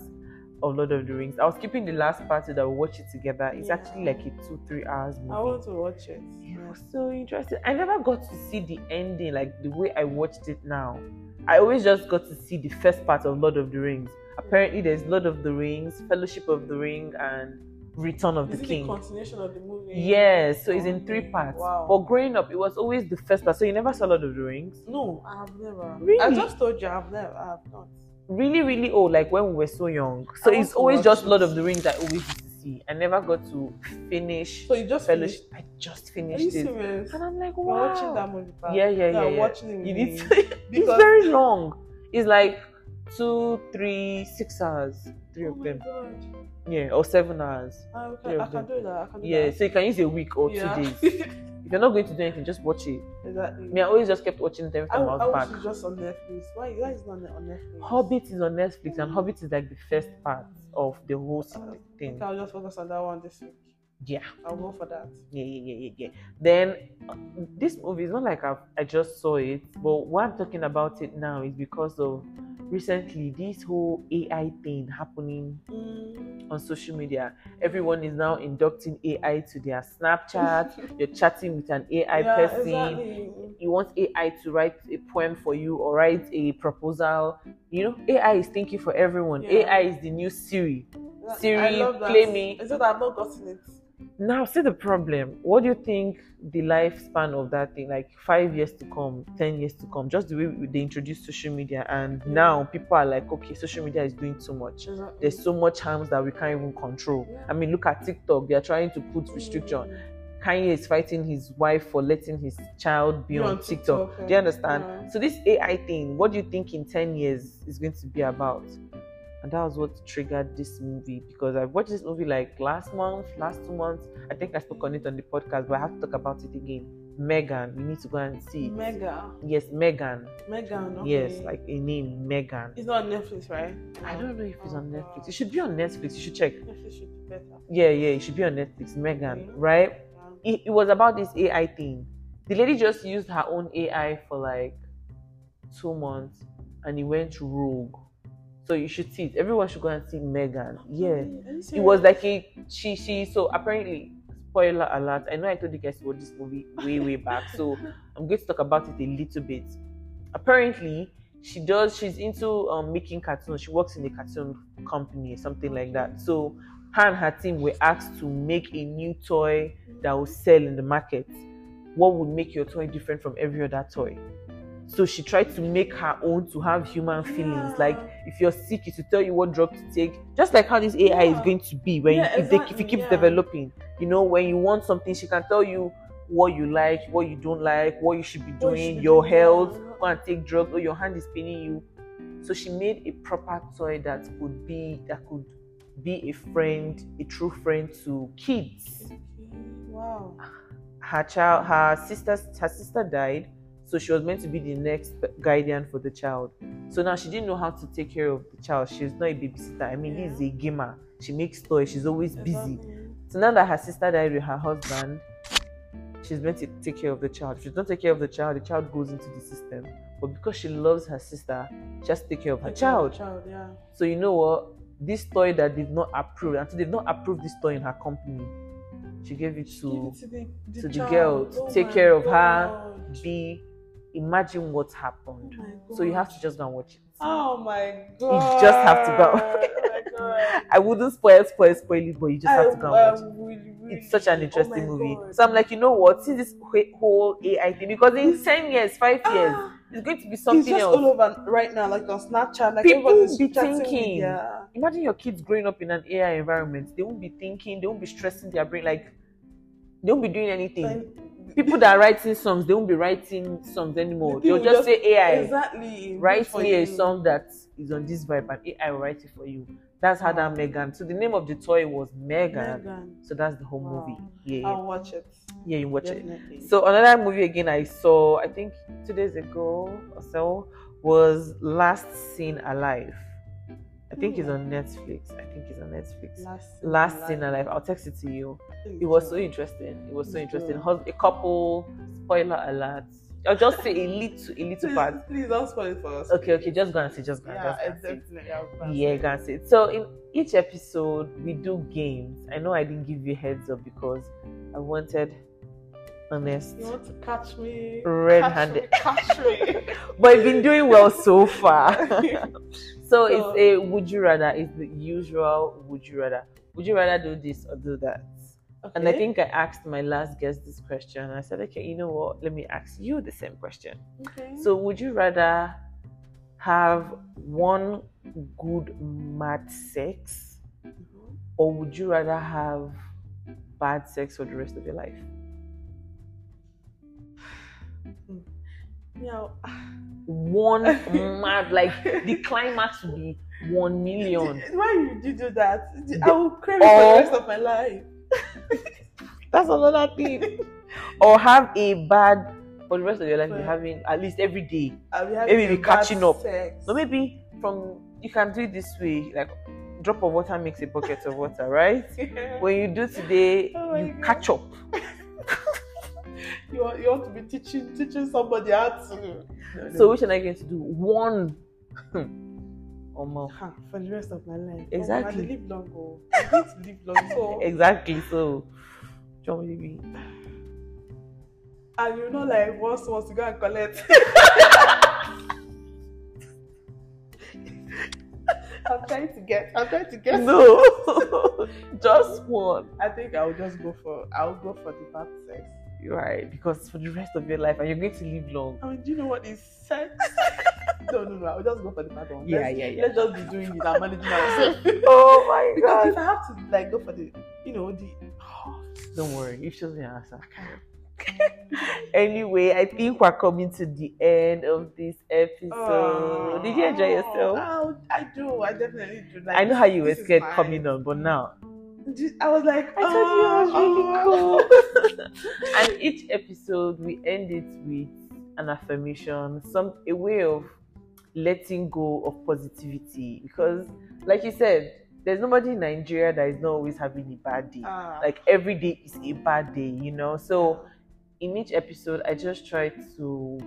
S1: of Lord of the Rings. I was keeping the last part so that we watch it together. It's
S2: Yeah.
S1: actually like a two, three hours movie.
S2: I want to watch it.
S1: It was so interesting. I never got to see the ending like the way I watched it now. I always just got to see the first part of Lord of the Rings. Apparently, there's Lord of the Rings, Fellowship of the Ring, and Return of
S2: Is
S1: the
S2: it
S1: King.
S2: the continuation of the movie?
S1: Yes, so it's in three
S2: Okay,
S1: parts.
S2: wow.
S1: But growing up, it was always the first part. So you never saw Lord of the Rings.
S2: No, I've never.
S1: Really?
S2: I just told you I've never. I've not.
S1: Really, really old, like when we were so young. So
S2: I want
S1: it's
S2: to
S1: always
S2: watch
S1: just
S2: it.
S1: Lord of the Rings I always used to see. I never got to finish
S2: So you just
S1: Fellowship.
S2: finished.
S1: I just
S2: Are you
S1: finished it,
S2: serious?
S1: and I'm like,
S2: You're
S1: wow.
S2: watching that movie back.
S1: Yeah, yeah,
S2: No,
S1: yeah.
S2: I'm
S1: yeah.
S2: watching it.
S1: You
S2: with
S1: need
S2: me.
S1: to, it's
S2: Because- Oh
S1: very long. It's like two, three, six hours. Three
S2: Oh
S1: of
S2: my
S1: them.
S2: god.
S1: Yeah, or seven hours.
S2: I
S1: Three
S2: can, I
S1: of
S2: can do that. I can do
S1: Yeah,
S2: that.
S1: so you can use a week or two days. If you're not going to do anything, just watch it.
S2: exactly.
S1: Me, I always just kept watching them
S2: I,
S1: from
S2: I
S1: out
S2: wish
S1: back.
S2: it's just on Netflix. Why? Why is it not on Netflix?
S1: Hobbit is on Netflix, and Hobbit is like the first part of the whole s-
S2: Uh, I
S1: thing.
S2: think I'll just focus on that one this week.
S1: Yeah,
S2: I'll go for that.
S1: yeah, yeah, yeah, yeah. yeah. Then uh, this movie is not like I've, I just saw it, but why I'm talking about it now is because of recently this whole AI thing happening
S2: Mm.
S1: on social media. Everyone is now inducting AI to their Snapchat. You're chatting with an AI
S2: yeah,
S1: person.
S2: Exactly.
S1: You want AI to write a poem for you or write a proposal. You know, AI is thinking for everyone.
S2: Yeah.
S1: AI is the new Siri.
S2: That-
S1: Siri,
S2: I love that.
S1: play me.
S2: It's just that I've not gotten it.
S1: Now, see the problem. What do you think the lifespan of that thing, like five years to come, 10 years to come, just the way they introduced social media? And
S2: Yeah.
S1: now people are like, okay, social media is doing too much. there's so much harms that we can't even control. I mean, look at TikTok, they are trying to put restriction. Kanye is fighting his wife for letting his child be
S2: Be
S1: on
S2: on
S1: TikTok.
S2: TikTok,
S1: Do you
S2: yeah.
S1: understand?
S2: Yeah.
S1: So this AI thing, what do you think in 10 years is going to be about? And that was what triggered this movie because I watched this movie like last month, last two months. I think I spoke on it on the podcast, but I have to talk about it again. Megan, you need to go and see. it.
S2: Mega.
S1: Yes, Megan.
S2: Megan. Okay.
S1: Yes, like a name, Megan.
S2: It's not on Netflix, right?
S1: I
S2: No.
S1: don't know if it's on
S2: Oh,
S1: Netflix.
S2: God.
S1: It should be on Netflix. You should check.
S2: Netflix should be better.
S1: Yeah, yeah, it should be on Netflix. Megan,
S2: Okay.
S1: right?
S2: Yeah.
S1: it, it was about this AI thing. The lady just used her own AI for like two months and it went rogue. So you should see it. Everyone should go and see Megan. Yeah.
S2: Are you
S1: It was
S2: serious?
S1: like a she she so apparently spoiler alert. I know I told you guys to watch this movie way, way back. So I'm going to talk about it a little bit. Apparently, she does. She's into um, making cartoons. She works in a cartoon company, something like that. So her and her team were asked to make a new toy that will sell in the market. What would make your toy different from every other toy? So she tried to make her own to have human feelings.
S2: Yeah.
S1: Like if you're sick, it will tell you what drug to take. Just like how this AI is
S2: Yeah.
S1: going to be when
S2: Yeah,
S1: you, if, they, if
S2: exactly,
S1: it keeps
S2: yeah.
S1: developing. You know, when you want something, she can tell you what you like, what you don't like, what you should be
S2: What
S1: doing,
S2: you should be
S1: your
S2: doing,
S1: health,
S2: yeah.
S1: go and take drugs, or your hand is paining you. So she made a proper toy that could be that could be a friend, a true friend to kids.
S2: Wow.
S1: Ah, Her child, her sister, her sister died, so she was meant to be the next guardian for the child. So now she didn't know how to take care of the child. She's not a babysitter. I mean, this is a gamer. She makes toys. She's always busy.
S2: Exactly.
S1: So now that her sister died with her husband, she's meant to take care of the child. If she don't take care of the child, the child goes into the system. But because she loves her sister, she has to take care of her
S2: Like
S1: child.
S2: Child, yeah.
S1: So you know what? This toy that they've not approved, until they've not approved this toy in her company, she gave it to
S2: Give it to the,
S1: to the
S2: child.
S1: girl to
S2: Oh
S1: take
S2: my
S1: care of her.
S2: God.
S1: B. Imagine what
S2: Oh
S1: happened.
S2: my
S1: So you have
S2: God.
S1: to just go and watch it.
S2: Oh my god.
S1: You just have to go.
S2: oh my god.
S1: I wouldn't spoil, spoil, spoil it, but you just have to go and watch it. it's
S2: um,
S1: such
S2: Oh
S1: an interesting movie. So I'm like, you know what? See this wh- whole AI thing because in ten years, five years, it's going to be
S2: Mm. Ah. it's
S1: something
S2: just
S1: else.
S2: all over right now, like on Snapchat. Like
S1: People
S2: everybody's
S1: be
S2: chatting with
S1: thinking.
S2: their-
S1: Imagine your kids growing up in an AI environment. They won't be thinking. They won't be stressing their brain. Like they won't be doing anything.
S2: like,
S1: People that are writing songs, they won't be writing songs anymore. They'll just, say AI.
S2: Exactly. Good
S1: Write
S2: for
S1: me a
S2: you.
S1: song that is on this vibe, and AI will write it for you. That's how that Megan. So the name of the toy was Megan.
S2: Megan.
S1: So that's the whole
S2: Wow.
S1: movie. Yeah, yeah.
S2: I'll watch it.
S1: yeah you watch it.
S2: Definitely.
S1: So another movie again I saw, I think two days ago or so, was Last Seen Alive. I think it's on Netflix. I think it's on Netflix.
S2: Hmm. last
S1: Last Seen Alive. I'll text it to you.
S2: Thank
S1: It was
S2: you.
S1: so interesting. It was so
S2: It's
S1: interesting.
S2: good.
S1: Hus- A couple. Spoiler alert. I'll just say a little, a little part.
S2: Please, please don't spoil it for us.
S1: Okay, okay. Just go and see. Just go. and-
S2: Yeah,
S1: just go and see.
S2: definitely. I'll pass
S1: Yeah,
S2: it.
S1: that's it. So in each episode, we do games. I know I didn't give you heads up because I wanted honest.
S2: You want to catch me?
S1: Red-handed.
S2: Catch me. Catch me.
S1: but I've been doing well so far. so
S2: So-
S1: it's a would you rather. It's the usual would you rather. Would you rather do this or do that? And I
S2: Okay.
S1: think I asked my last guest this question. I said, okay, you know what? Let me ask you the same question.
S2: Okay.
S1: So would you rather have one good mad sex
S2: Mm-hmm.
S1: or would you rather have bad sex for the rest of your life?
S2: Yeah.
S1: One mad like the climax would be one million.
S2: Why would you do that? I will crave it for
S1: Or-
S2: the rest of my life.
S1: That's another thing. or have a bad for the rest of your life, be having at least every day.
S2: I'll be having
S1: Maybe
S2: a
S1: be
S2: bad
S1: catching up.
S2: Sex.
S1: So maybe from you can do it this way, like drop of water makes a bucket of water, right?
S2: Yeah.
S1: When you do today,
S2: Oh my
S1: you
S2: God.
S1: catch up.
S2: you, want, you want to be teaching teaching somebody how to.
S1: So which one are you going to do? One or more.
S2: Ha, for the rest of my life.
S1: Exactly.
S2: Oh, I live long. Oh. I'm going to live long. So,
S1: Exactly. So John will be
S2: and you know, like once once you go and collect. I'm trying to get. I'm trying to get.
S1: No. Just one.
S2: I think I'll just go for. I'll go for the bad sex.
S1: Right, because for the rest of your life and you're going to live long.
S2: I mean, do you know what is sex? no, no, no. I'll just go for the bad one. Let's-
S1: yeah,
S2: Let's just be doing it and managing ourselves.
S1: Oh my
S2: Because
S1: god.
S2: if I have to like go for the, you know, the,
S1: Don't worry, you chose your answer. anyway, I think we're coming to the end of this episode.
S2: Oh.
S1: Did you enjoy yourself?
S2: Oh, I do. I definitely do. Like,
S1: I know how you were
S2: this is
S1: scared
S2: mine.
S1: coming on, but now
S2: Ju- I was like,
S1: I thought you
S2: oh,
S1: was really cool. and each episode we end it with an affirmation, some a way of letting go of positivity. Because like you said, there's nobody in Nigeria that is not always having a bad day.
S2: oh. Ah.
S1: Like every day is a bad day, you know. So in each episode I just try to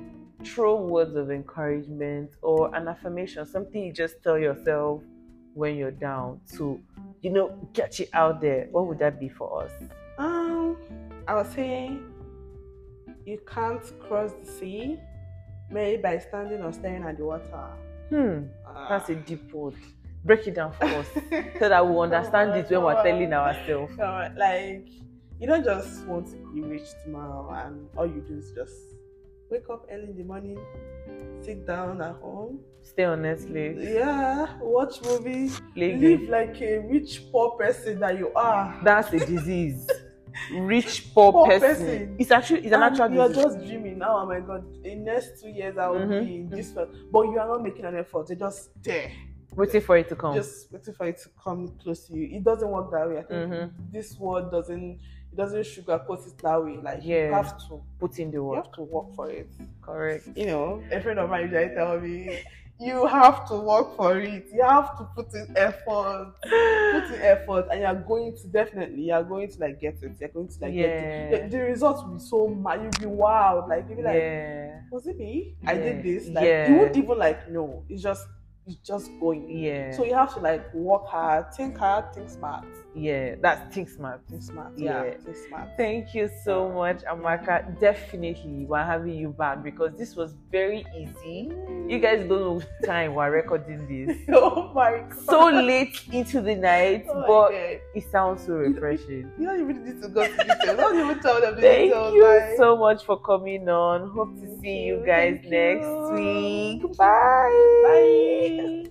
S1: throw words of encouragement or an affirmation, something you just tell yourself when you're down to, you know, get it out there. What would that be for us?
S2: Um, I was saying you can't cross the sea merely by standing or staring at the water.
S1: Hmm,
S2: Ah.
S1: that's a deep word. Break it down for us so that we understand it when we're telling ourselves.
S2: So, like, you don't just want to be rich tomorrow, and all you do is just wake up early in the morning, sit down at home,
S1: Stay honestly.
S2: yeah, watch movies,
S1: Play
S2: live
S1: game.
S2: like a rich poor person that you are.
S1: That's a disease. Rich poor,
S2: Poor
S1: person.
S2: person.
S1: It's actually it's an
S2: And
S1: actual
S2: you are
S1: disease.
S2: just dreaming. Oh my god! In next two years, I will be
S1: Mhm.
S2: in this one, but you are not making an effort. You're just there,
S1: waiting for it to come.
S2: just waiting for it to come close to you. It doesn't work that way. I think
S1: Mhm.
S2: this world doesn't. It doesn't sugarcoat it that way. Like you
S1: Yeah.
S2: have to,
S1: Put in the
S2: you
S1: work.
S2: have to work for it.
S1: Correct.
S2: You know, a friend of mine usually tell me, you have to work for it. You have to put in effort, put in effort, and you are going to definitely, you are going to like get it. You're going to like get it.
S1: yeah.
S2: the, the results will be so mad. You'll be wild. Like you'll be like,
S1: yeah.
S2: was it me? I did
S1: Yeah.
S2: this. Like
S1: Yeah.
S2: you won't even like no. It's just it's just going.
S1: Yeah.
S2: So you have to like work hard, think hard, think smart,
S1: yeah, that's think smart.
S2: think smart. Yeah,
S1: Yeah.
S2: think smart.
S1: Thank you so much, Amaka. Definitely, we're having you back because this was very easy. You guys don't know the time we're recording this.
S2: oh my god.
S1: So late into the night,
S2: Oh my
S1: but
S2: God.
S1: it sounds so refreshing.
S2: you don't even need to go to details. Don't even tell them the
S1: Thank
S2: details.
S1: you
S2: like-
S1: so much for coming on. Hope to
S2: Thank
S1: see
S2: you,
S1: you guys
S2: thank
S1: next
S2: you.
S1: week.
S2: Bye.